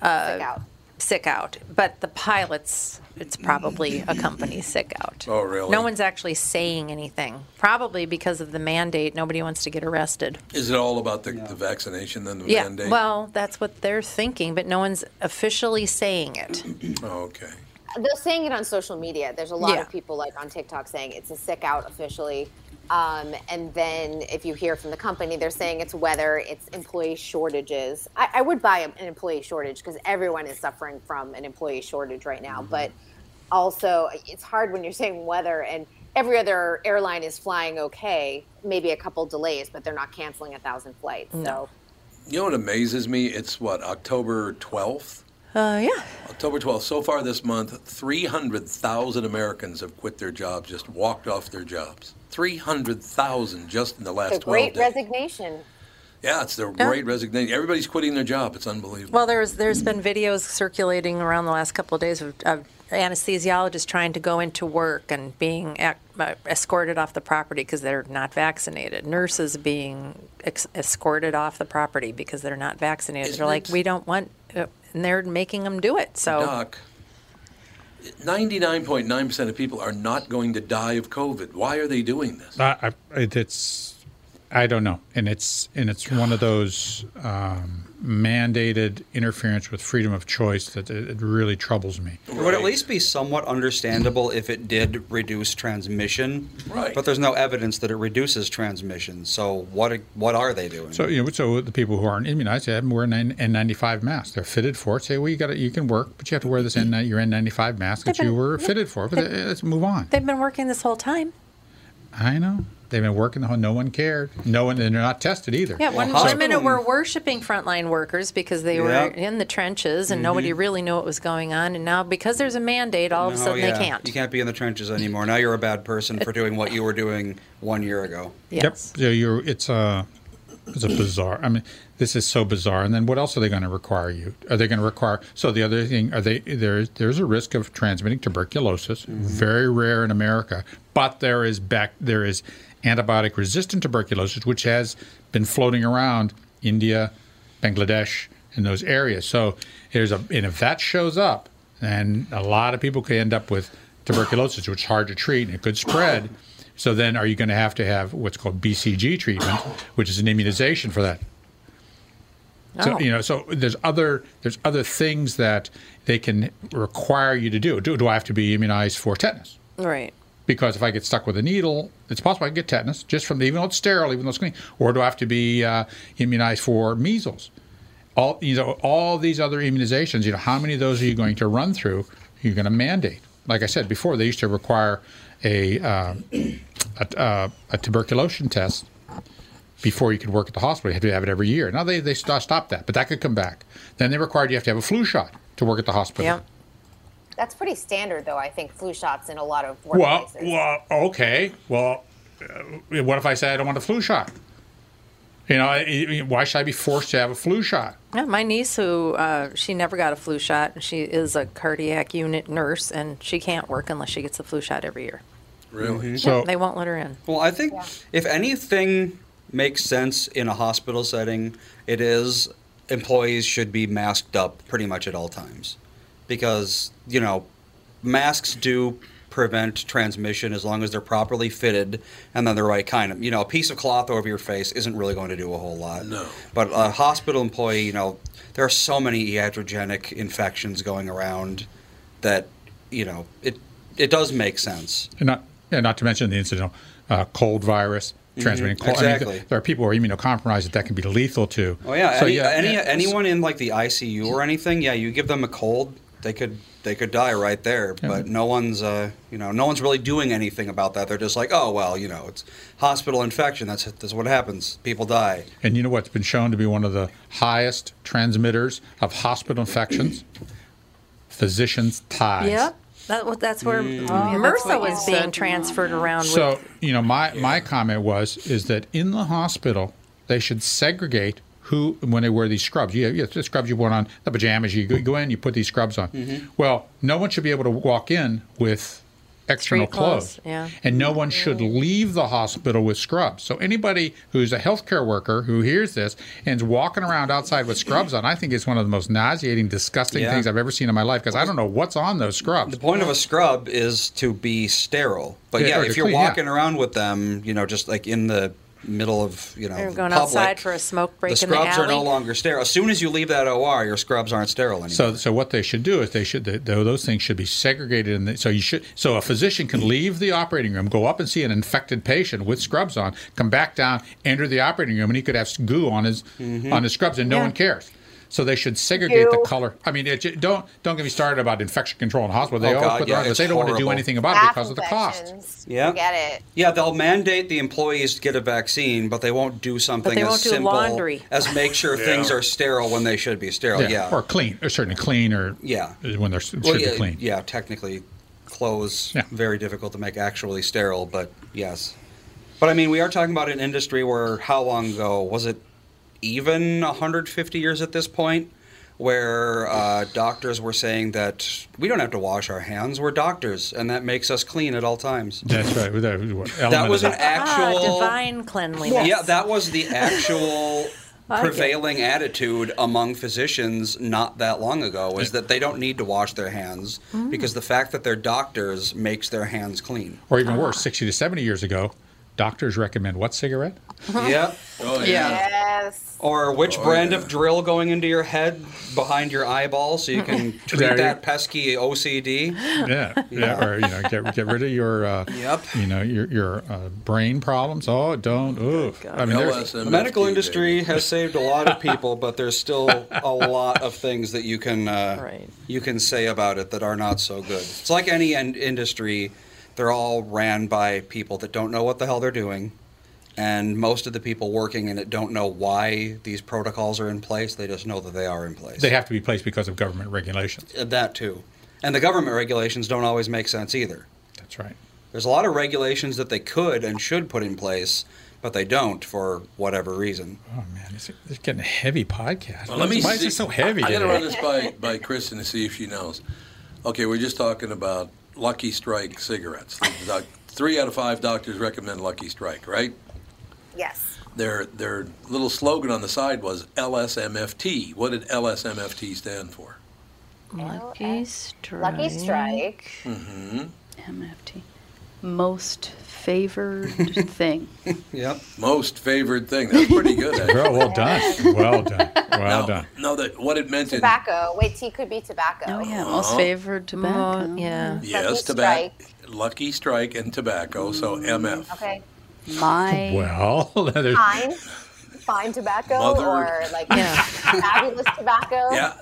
uh, sick out. but the pilots, it's probably a company sick out. Oh, really? No one's actually saying anything. Probably because of the mandate, nobody wants to get arrested. Is it all about the, the vaccination then the yeah. mandate? Well, that's what they're thinking, but no one's officially saying it. oh, okay. They're saying it on social media. There's a lot Yeah. of people like on TikTok saying it's a sick out officially. Um, and then if you hear from the company, they're saying it's weather, it's employee shortages. I, I would buy an employee shortage because everyone is suffering from an employee shortage right now. Mm-hmm. But also, it's hard when you're saying weather and every other airline is flying okay, maybe a couple delays, but they're not canceling a thousand flights. So. You know what amazes me? It's what October twelfth. Uh, yeah. October 12th, so far this month, 300,000 Americans have quit their jobs, just walked off their jobs. 300,000 just in the last The 12 great days. resignation. yeah, it's the Yeah. great resignation. Everybody's quitting their job. It's unbelievable. Well, there's there's been videos circulating around the last couple of days of, of anesthesiologists trying to go into work and being ac- uh, escorted off the property because they're not vaccinated. Nurses being ex- escorted off the property because they're not vaccinated. Isn't they're like, it- we don't want, uh, and they're making them do it. So Doc, 99.9% of people are not going to die of COVID. Why are they doing this? I, I, it, it's I don't know, and it's and it's one of those um, mandated interference with freedom of choice that it, it really troubles me. It would at least be somewhat understandable if it did reduce transmission. Right. But there's no evidence that it reduces transmission. So what what are they doing? So you know, so the people who aren't immunized, they have them wear an N95 mask. They're fitted for it. Say, well, you got you can work, but you have to wear this N your N95 mask that you were fitted for. But uh, let's move on. they've been working this whole time. I know they've been working the whole. No one cared. No one, and they're not tested either. Yeah, one, So- one minute we're worshiping frontline workers because they Yeah. were in the trenches and nobody Mm-hmm. really knew what was going on. And now, because there's a mandate, all of a No, sudden Oh, yeah. they can't. You can't be in the trenches anymore. Now you're a bad person for doing what you were doing one year ago. Yep. So you're it's a it's a bizarre. I mean, this is so bizarre. And then what else are they going to require you? Are they going to require? So the other thing are they there? There's a risk of transmitting tuberculosis, very rare in America, but there is back there is antibiotic resistant tuberculosis, which has been floating around India, Bangladesh, in those areas. So there's a and if that shows up, then a lot of people could end up with tuberculosis, which is hard to treat and it could spread. So then, are you going to have to have what's called BCG treatment, which is an immunization for that? So Oh. you know, so there's other there's other things that they can require you to do. Do, do I have to be immunized for tetanus? Right. Because if I get stuck with a needle, it's possible I can get tetanus just from the, even though it's sterile, even though it's clean. Or do I have to be uh, immunized for measles? All you know, all these other immunizations. You know, how many of those are you going to run through? You're going to mandate. Like I said before, they used to require a uh, a, uh, a tuberculosis test before you could work at the hospital. You had to have it every year. Now they they sto- stopped that, but that could come back. Then they required you have to have a flu shot to work at the hospital. Yeah. That's pretty standard, though. I think flu shots in a lot of Well, workplaces. well, okay. Well, uh, what if I say I don't want a flu shot? You know, I- I- why should I be forced to have a flu shot? Yeah, my niece, who uh, she never got a flu shot, and she is a cardiac unit nurse, and she can't work unless she gets the flu shot every year. Mm-hmm. Really? So They won't let her in. Well, I think if anything makes sense in a hospital setting, it is employees should be masked up pretty much at all times. Because, you know, masks do prevent transmission as long as they're properly fitted and then the right kind of, you know, a piece of cloth over your face isn't really going to do a whole lot. No. But a hospital employee, you know, there are so many iatrogenic infections going around that, you know, it it does make sense. And not, and not to mention the incidental uh, cold virus transmitting cold. I mean, Mm-hmm. exactly. there are people who are immunocompromised that that can be lethal to. Oh yeah, So any, yeah, any yeah, anyone in like the ICU or anything, yeah, you give them a cold, they could they could die right there. But no one's uh, you know no one's really doing anything about that. They're just like, oh well, you know, it's hospital infection. That's that's what happens. People die. And you know what's been shown to be one of the highest transmitters of hospital infections? Physicians' ties. Yep. That, well, that's where Mm. Oh, that's MRSA what you was said. being transferred around. So with, you know, my my comment was is that in the hospital they should segregate who when they wear these scrubs. You, you the scrubs you put on the pajamas. You go, you go in, you put these scrubs on. Mm-hmm. Well, no one should be able to walk in with external Street clothes, clothes, yeah. and no one should leave the hospital with scrubs. So anybody who's a healthcare worker who hears this and is walking around outside with scrubs on, I think it's one of the most nauseating, disgusting Yeah. things I've ever seen in my life because I don't know what's on those scrubs. The point of a scrub is to be sterile. But Yeah, yeah, or if to you're clean, yeah. walking around with them, you know, just like in the middle of you know Or going public, outside for a smoke break the in the scrubs are no alley. longer sterile. As soon as you leave that OR, your scrubs aren't sterile anymore. So, so what they should do is they should th th- those things should be segregated. In the, so you should so a physician can leave the operating room, go up and see an infected patient with scrubs on, come back down, enter the operating room, and he could have goo on his on his scrubs, and no one cares. So they should segregate the Ew. color. I mean, it, ju- don't don't get me started about infection control in hospital. They Oh, always God, put yeah, their arms, but it's they don't want to do horrible. anything about it because of the cost. Affections. Yeah. Forget it. Yeah, they'll mandate the employees to get a vaccine, but they won't do something they as won't do simple laundry. as make sure things are sterile when they should be sterile. Yeah. or clean, or certainly clean, or Yeah. when they're s- should Well, be yeah, clean. yeah, technically clothes Yeah. very difficult to make actually sterile, but yes. But I mean, we are talking about an industry where how long ago was it even 150 years at this point where uh, doctors were saying that we don't have to wash our hands, we're doctors and that makes us clean at all times. That's right. with That, what, That element was of an it. actual ah, divine cleanliness. Yeah, that was the actual like it. prevailing attitude among physicians not that long ago is that they don't need to wash their hands because the fact that they're doctors makes their hands clean. or even worse, sixty to seventy years ago, doctors recommend what cigarette? yep. Oh, Yes. Or which Oh, brand yeah. of drill going into your head behind your eyeball so you can There treat you- that pesky OCD? yeah, yeah, or you know, get get rid of your, uh, Yep. you know, your your uh, brain problems. Oh, don't. Oof. I mean, there's- LSMFT, The medical industry baby. has saved a lot of people, but there's still a lot of things that you can uh, Right. you can say about it that are not so good. It's like any in- industry; they're all ran by people that don't know what the hell they're doing, and most of the people working in it don't know why these protocols are in place. They just know that they are in place. Uh, they have to be placed because of government regulations. that too, and the government regulations don't always make sense either. That's right. There's a lot of regulations that they could and should put in place, but they don't for whatever reason. Oh man, it's, it's getting a heavy podcast. Well, let me Why is see- it so heavy? I, I gotta today? run this by, by Kristen to see if she knows. Okay, we're just talking about Lucky Strike cigarettes. The doc- Three out of five doctors recommend Lucky Strike, right? Yes. Their their little slogan on the side was LSMFT. What did LSMFT stand for? Lucky strike. Lucky strike. MFT. Most favored thing. Yep. Most favored thing. That's pretty good. Actually. Girl, well done, well done, well No, done. no, that what it meant in Tobacco. Wait, tea could be tobacco. Oh yeah, most favored tobacco. Mo- yeah. yes, Lucky tobacco, Lucky Strike, and tobacco. So MF. Okay. My Well, there's- Fine. Fine tobacco Mother- or like Yeah. fabulous tobacco. Yeah,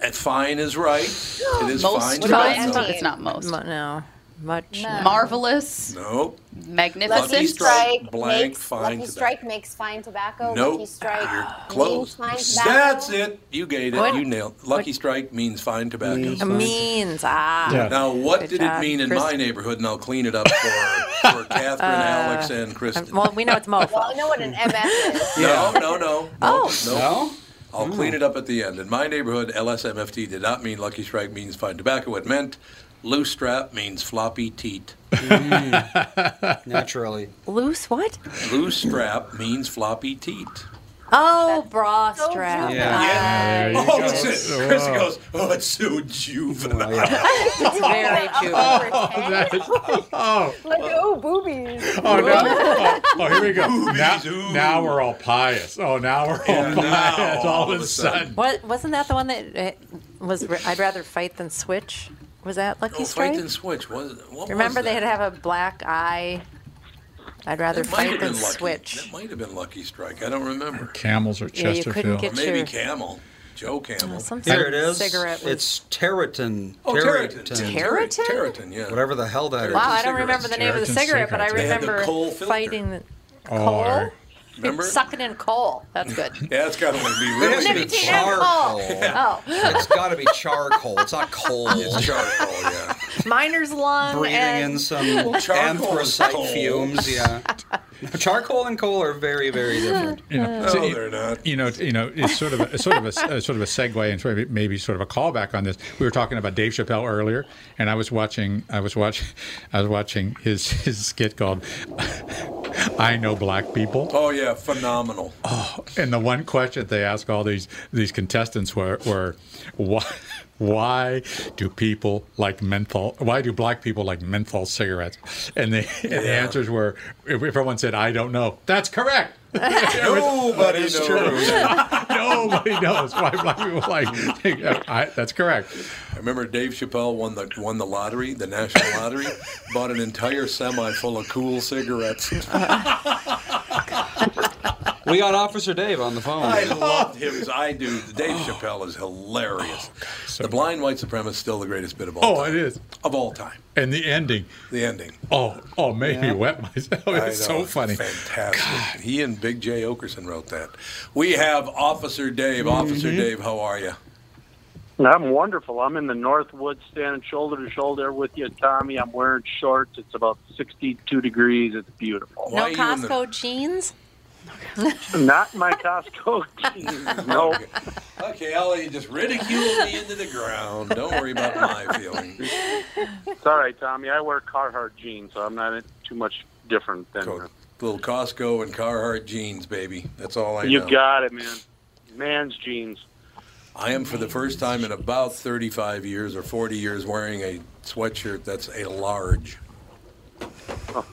th- fine is right. It is fine. most. about most tobacco. empty? it's not most. Mu- no. Much. Um, no. Marvelous. Nope. Magnificent. Lucky strike blank, makes fine lucky tobacco. strike makes fine tobacco. Nope. Lucky strike You're means close. fine tobacco. That's it. You gave it. What? You nailed. Lucky strike means fine tobacco. Means. Ah. Yeah. Now, what Good did job, it mean in Kristen. my neighborhood? And I'll clean it up for for Catherine, Alex, and Kristen. Uh, Well, we know it's Well, I mofo. know what an MS is. no, no, no, no. Oh. no. No? I'll Mm. clean it up at the end. In my neighborhood, LSMFT did not mean lucky strike means fine tobacco. It meant loose strap means floppy teat. Naturally. Loose what? Loose strap means floppy teat. Oh, bra so strap. cute. Yeah. there you Oh, go. it's it. Chris goes, oh, it's so juvenile. It's very cute. Oh, Like, oh, boobies. Oh, no. oh, oh, here we go. Now, now we're all pious. Oh, now we're all pious. all, of a sudden. What wasn't that the one that uh, was? re- I'd rather fight than switch. Was that Lucky Oh, Strike? fight and switch. Was, what was Remember, they had that? to have a black eye. I'd rather That might fight have than been lucky. switch. That might have been lucky strike. I don't remember. Camels or Yeah, you couldn't Chesterfield. get- Maybe Sure. camel. Joe Campbell. Here it is. cigarette was- It's Territon. Oh, Territon. Territon? Territon, yeah. Whatever the hell that is. Wow, I don't remember the name of the cigarette, Cigarettes. but I They had the remember coal filter. fighting the Oh, I- coal. Remember? Sucking in coal. That's good. Yeah, it's got to be It has really to be good. Nicotine charcoal. Oh, It's got to be charcoal. It's not coal. It's charcoal, yeah. miner's lung Breathing and in some charcoal is coal. anthracite fumes. Yeah. Charcoal and coal are very, very different. you know, No, so they're not. You know, it's- you know, it's sort of a, it's sort of a, a sort of a segue and sort of maybe sort of a callback on this. We were talking about Dave Chappelle earlier, and I was watching, I was watching, I was watching his his skit called "I Know Black People," Oh, Oh, yeah, phenomenal. and the one question they asked all these these contestants were were why. Why do people like menthol? Why do black people like menthol cigarettes? And the, and the answers were, if everyone said, "I don't know," that's correct. Nobody's It's true. Nobody knows why black people like. I, that's correct. I remember Dave Chappelle won the won the lottery, the national lottery, bought an entire semi full of cool cigarettes. We got Officer Dave on the phone. I loved Oh, him as I do. Dave Chappelle is hilarious. the blind white supremacist is still the greatest bit of all Oh, time. it is. Of all time. And the ending. The ending. Oh, oh, made me wet myself. I It's know, so funny. Fantastic. He and Big J Okerson wrote that. We have Officer Dave. Officer Dave, how are you? I'm wonderful. I'm in the Northwoods, standing shoulder to shoulder with you, Tommy. I'm wearing shorts. It's about 62 degrees. It's beautiful. Why are no you in the- Costco jeans. Not my Costco jeans. No. Okay, I'll let you just ridicule me into the ground. Don't worry about my feelings. It's all right, Tommy. I wear Carhartt jeans, so I'm not too much different than Co- Little Costco and Carhartt jeans, baby. That's all I you. know. Got it, man. Man's jeans. I am for the first time in about 35 years or 40 years wearing a sweatshirt that's a large.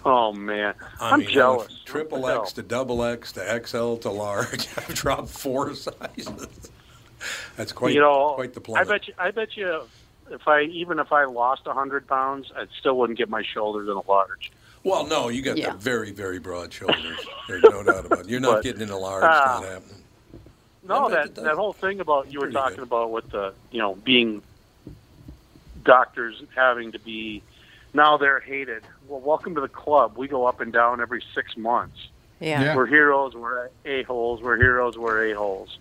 Oh man, I mean, I am went jealous. from Triple What the X to double X to XL to large. I've dropped four sizes. That's hell? quite you know, quite the plummet. I bet you. I bet you. If I even if I lost 100 pounds, I still wouldn't get my shoulders in a large. Well, no, you got Yeah. the very, very broad shoulders. There's no doubt about it. You're not But, getting in a large. ah. not happening. No, Yeah, that that- that whole thing about you were Pretty talking good. about with the you know being doctors having to be now they're hated. Well, welcome to the club. We go up and down every six months. Yeah. Yeah. We're heroes. We're a holes. We're heroes. We're a holes.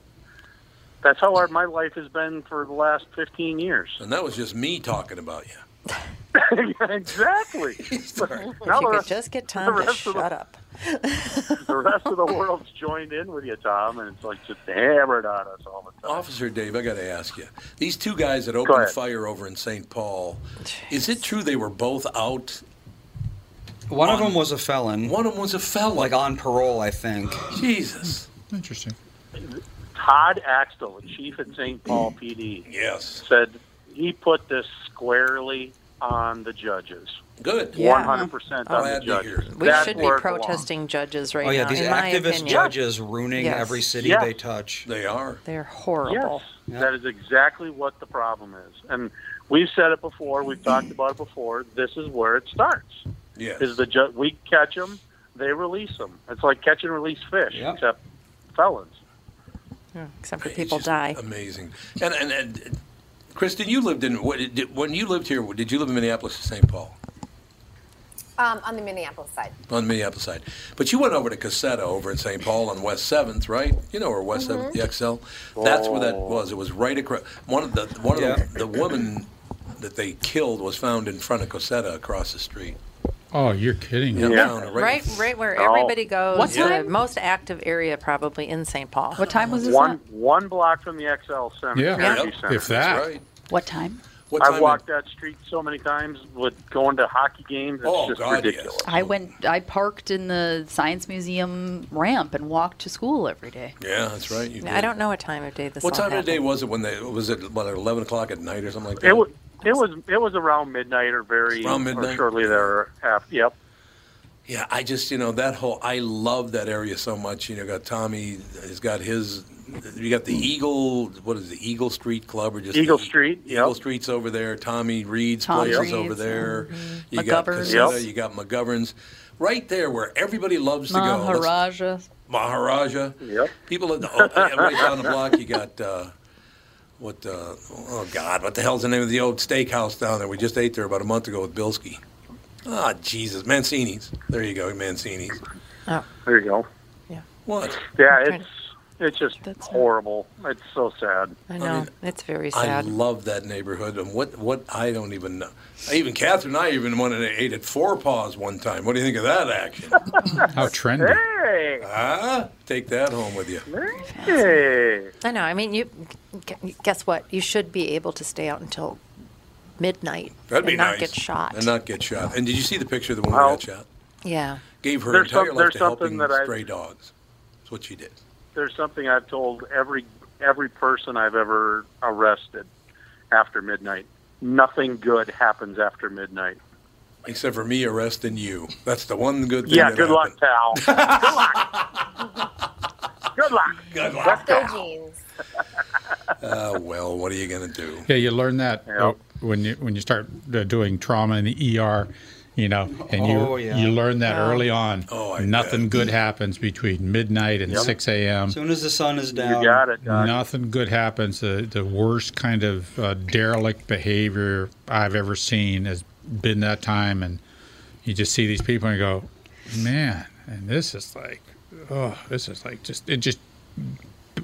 That's how our, my life has been for the last fifteen years. And that was just me talking about you. exactly. now If you the could rest, just get Tom to rest of the- shut up. the rest of the world's joined in with you, Tom, and it's like just hammered on us all the time. Officer Dave, I got to ask you. These two guys that Go opened ahead. fire over in St. Paul, is it true they were both out? One of them was a felon. One of them was a felon. Like on parole, I think. Jesus. Interesting. Todd Axtell, the chief at St. Paul PD, Yes. said he put this squarely on the judges. Good. Yeah. One hundred percent on Glad the to judges. hear it. We That's should be where it belongs. protesting judges right Oh yeah, now. these in my activist opinion. judges ruining Yes. every city Yeah. they touch. They are. They're horrible. Yes, that is exactly what the problem is, and we've said it before. We've talked about it before. This is where it starts. Yes. Is the ju- we catch them, they release them. It's like catch and release fish, Yep. except felons. Except for It's people just die. Amazing. And, and, and Kristen, you lived in, what, did, when you lived here, did you live in Minneapolis or St. Paul? Um, on the Minneapolis side. on the Minneapolis side. But you went over to Casetta over in St. Paul on West Seventh, right? You know where West 7th the XL. That's where that Oh. was. It was right across. One of the one Yeah. of the, the woman that they killed was found in front of Casetta across the street. Oh, you're kidding. me. Yeah. Found her Right, right where Oh. everybody goes. What the time? most active area probably in St. Paul. What time was this? One on? one block from the XL Center. Yeah. Energy Yep. Center. If that. That's right. What time? What I've time- walked that street so many times with going to hockey games. It's Oh, just God, yes. ridiculous. I went. I parked in the science museum ramp and walked to school every day. Yeah, that's right. You I did. don't know what time of day this What all time of the day happened. was it when they was it what eleven o'clock at night or something like that? It was it was it was around midnight or very Around or midnight? shortly there after. Yep. Yeah, I just you know that whole I love that area so much. You know, got Tommy, he's got his, you got the Eagle. What is the Eagle Street Club or just the Hmm. Eagle E- Street, yep. Eagle Street's over there. Tommy Reed's Tommy place is Reed's, mm-hmm. over there. You got McGovern's. Caseta, Yep. you got McGovern's, right there where everybody loves to go. Let's- Maharaja. Maharaja. Yep. People that- oh, yeah, right down the block. You got uh, what uh, oh god, what the hell's the name of the old steakhouse down there? We just ate there about a month ago with Bilski. Ah, Jesus, Mancini's. There you go, Mancini's. There you go. Oh. Yeah. What? Yeah, it's it's just horrible. It's so sad. I know. it's very I sad. love that neighborhood, and what what I don't even know. Even Catherine and I even went and ate at Four Paws one time. What do you think of that action? How trendy. Hey, Ah, take that home with you. hey. I know. I mean, you gu- guess what? You should be able to stay out until midnight That'd be and not nice. get shot. And not get shot. And did you see the picture of the woman Well, who got shot? yeah. Gave her There's some- entire life there's to helping something that I- stray dogs. That's what she did. There's something I've told every every person I've ever arrested after midnight. Nothing good happens after midnight. Except for me arresting you. That's the one good thing. Yeah, that good luck, happened. pal. good luck. Good luck. Good Let's luck. go, jeans. Uh, well, what are you going to do? Yeah, you learn that Yeah. uh, when you when you start uh, doing trauma in the ER, you know, and you Oh, yeah. you learn that early on. Oh, I nothing good happens between midnight and six a.m. As soon as the sun is down, Um, You got it, uh, Doc. Nothing good happens. The, the worst kind of uh, derelict behavior I've ever seen has been that time, and you just see these people and go, man, and this is like, oh, this is like just it just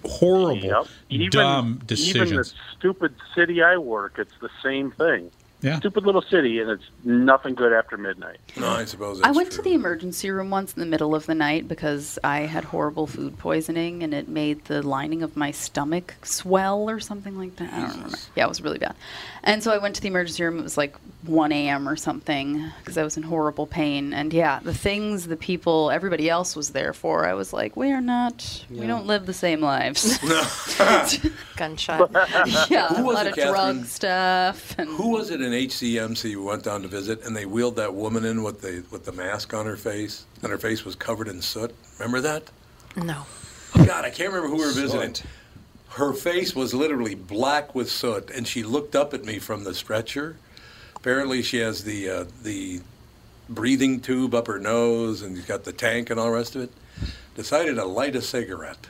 horrible, Yep. Even, dumb decisions. Even the stupid city I work, it's the same thing. Yeah. Stupid little city, and it's nothing good after midnight. No, I suppose I that's went to true. the emergency room once in the middle of the night because I had horrible food poisoning and it made the lining of my stomach swell or something like that. I don't remember. Yeah, it was really bad. And so I went to the emergency room. It was like 1 a.m. or something because I was in horrible pain. And yeah, the things the people, everybody else was there for, I was like, we are not, we don't live the same lives. Gunshot. yeah, Who a was lot it, of Catherine? drug stuff. And Who was it in HCMC who went down to visit and they wheeled that woman in with the with the mask on her face and her face was covered in soot? Remember that? no. Oh, God, I can't remember who we were visiting. Soot. Her face was literally black with soot, and she looked up at me from the stretcher. Apparently, she has the uh, the breathing tube up her nose, and she's got the tank and all the rest of it. Decided to light a cigarette.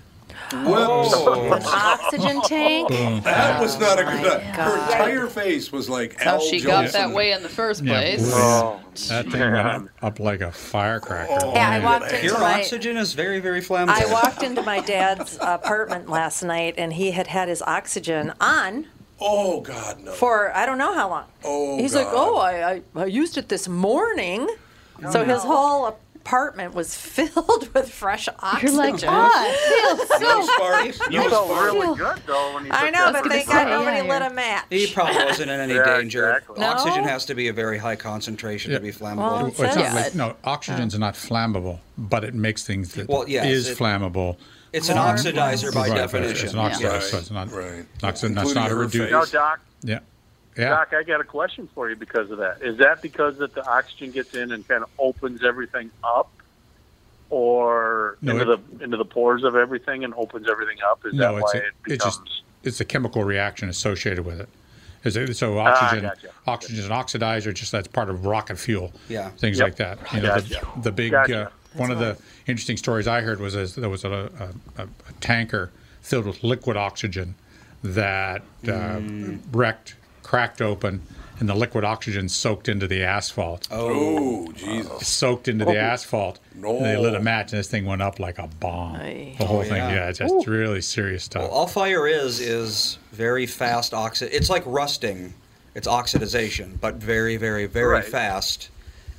Whoa. Oxygen tank. That was not a Oh my good. Her God. entire face was like how Al Oh, she Jolson. got that way in the first Yeah, place. boy. oh, That thing went up, up like a firecracker. Oh, Yeah, I walked into Pure my. oxygen is very, very flammable. I walked into my dad's apartment last night, and he had had his oxygen on Oh God, no! for I don't know how long. Oh, He's like, God. oh, I, I, I used it this morning, so his whole apartment was filled with fresh You're oxygen. like, oh, it feels so You felt really good though when you I took know, that but first thank gonna God breath. say, nobody yeah, lit you're- a match. He probably wasn't in any Yeah, danger. exactly. No? Oxygen has to be a very high concentration to be Well, flammable. Well, it's not Yeah. like- no, oxygen's not flammable, but it makes things that is Well, yes, it- flammable. It's an oxidizer by Right, but definition. It's an oxidizer, Yeah. so it's not, Right. oxygen, that's Including not a her reduced. face. Now, Doc, Yeah. Yeah. Doc, I got a question for you because of that. Is that because that the oxygen gets in and kind of opens everything up, or No, into it- the into the pores of everything and opens everything up? Is no, that it's why a, it it's becomes? just it's a chemical reaction associated with it. Is it so oxygen, Ah, gotcha. oxygen is an oxidizer. Just that's part of rocket fuel. Yeah. things Yep. like that. You know, Gotcha. the, the big Gotcha. uh, one of the interesting stories I heard was is there was a, a, a, a tanker filled with liquid oxygen that uh, wrecked, cracked open, and the liquid oxygen soaked into the asphalt Oh Jesus! soaked into the asphalt. No. They lit a match, and this thing went up like a bomb. The whole thing, yeah. yeah, it's just really serious stuff. All fire is is very fast oxid. It's like rusting. It's oxidization, but very, very, very Right. fast.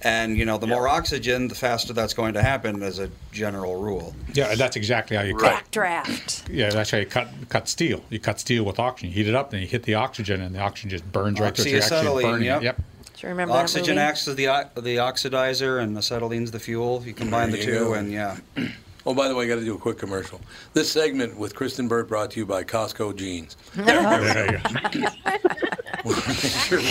And you know, the more oxygen, the faster that's going to happen, as a general rule. yeah, and that's exactly how you cut. Backdraft. Yeah, that's how you cut cut steel. You cut steel with oxygen. You heat it up, and you hit the oxygen, and the oxygen just burns right through. it, so You're actually Oxyacetylene, burning it. yep. Yep. Do you remember Oxygen that movie? acts as the o- the oxidizer, and acetylene's the fuel. You combine the There you two, go. and yeah, Oh, by the way, I got to do a quick commercial. This segment with Kristen Burt brought to you by Costco Jeans. There you go. We're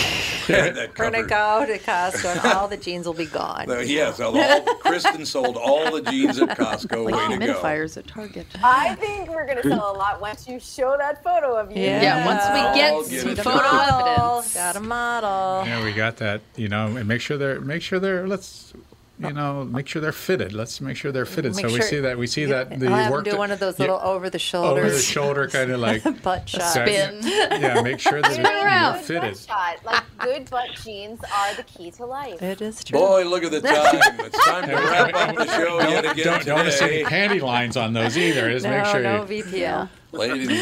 We're gonna go to Costco, and all the jeans will be gone. Uh, yes, all, all, Kristen sold all the jeans at Costco. like Way to go. humidifiers at Target. I think we're gonna sell a lot once you show that photo of you. Yeah. Yeah, once I'll we give get it some to photo model. evidence. Got a model. Yeah, we got that. You know, and make sure they're make sure they're. Let's you know, make sure they're fitted. Let's make sure they're fitted. Make so we sure- see that we see that the I'll have 'em work do that- one of those yeah, little over the shoulder, over the shoulder kind of like butt shot, Spin. yeah, make sure that Spin around. it's fitted. Shot. Like good butt jeans are the key to life. It is true. Boy, look at the time. It's time to wrap up the show yet again Don't, don't want to see any today. panty lines on those either. Just make sure you, VPL. Ladies and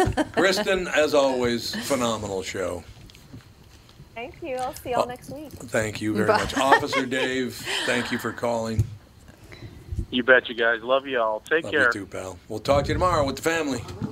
gentlemen, Kristen, as always, phenomenal show. Thank you. I'll see y'all next week. Thank you very Bye. much. Officer Dave, thank you for calling. You bet, you guys. Love you all. Take Love care. you too, pal. We'll talk to you tomorrow with the family.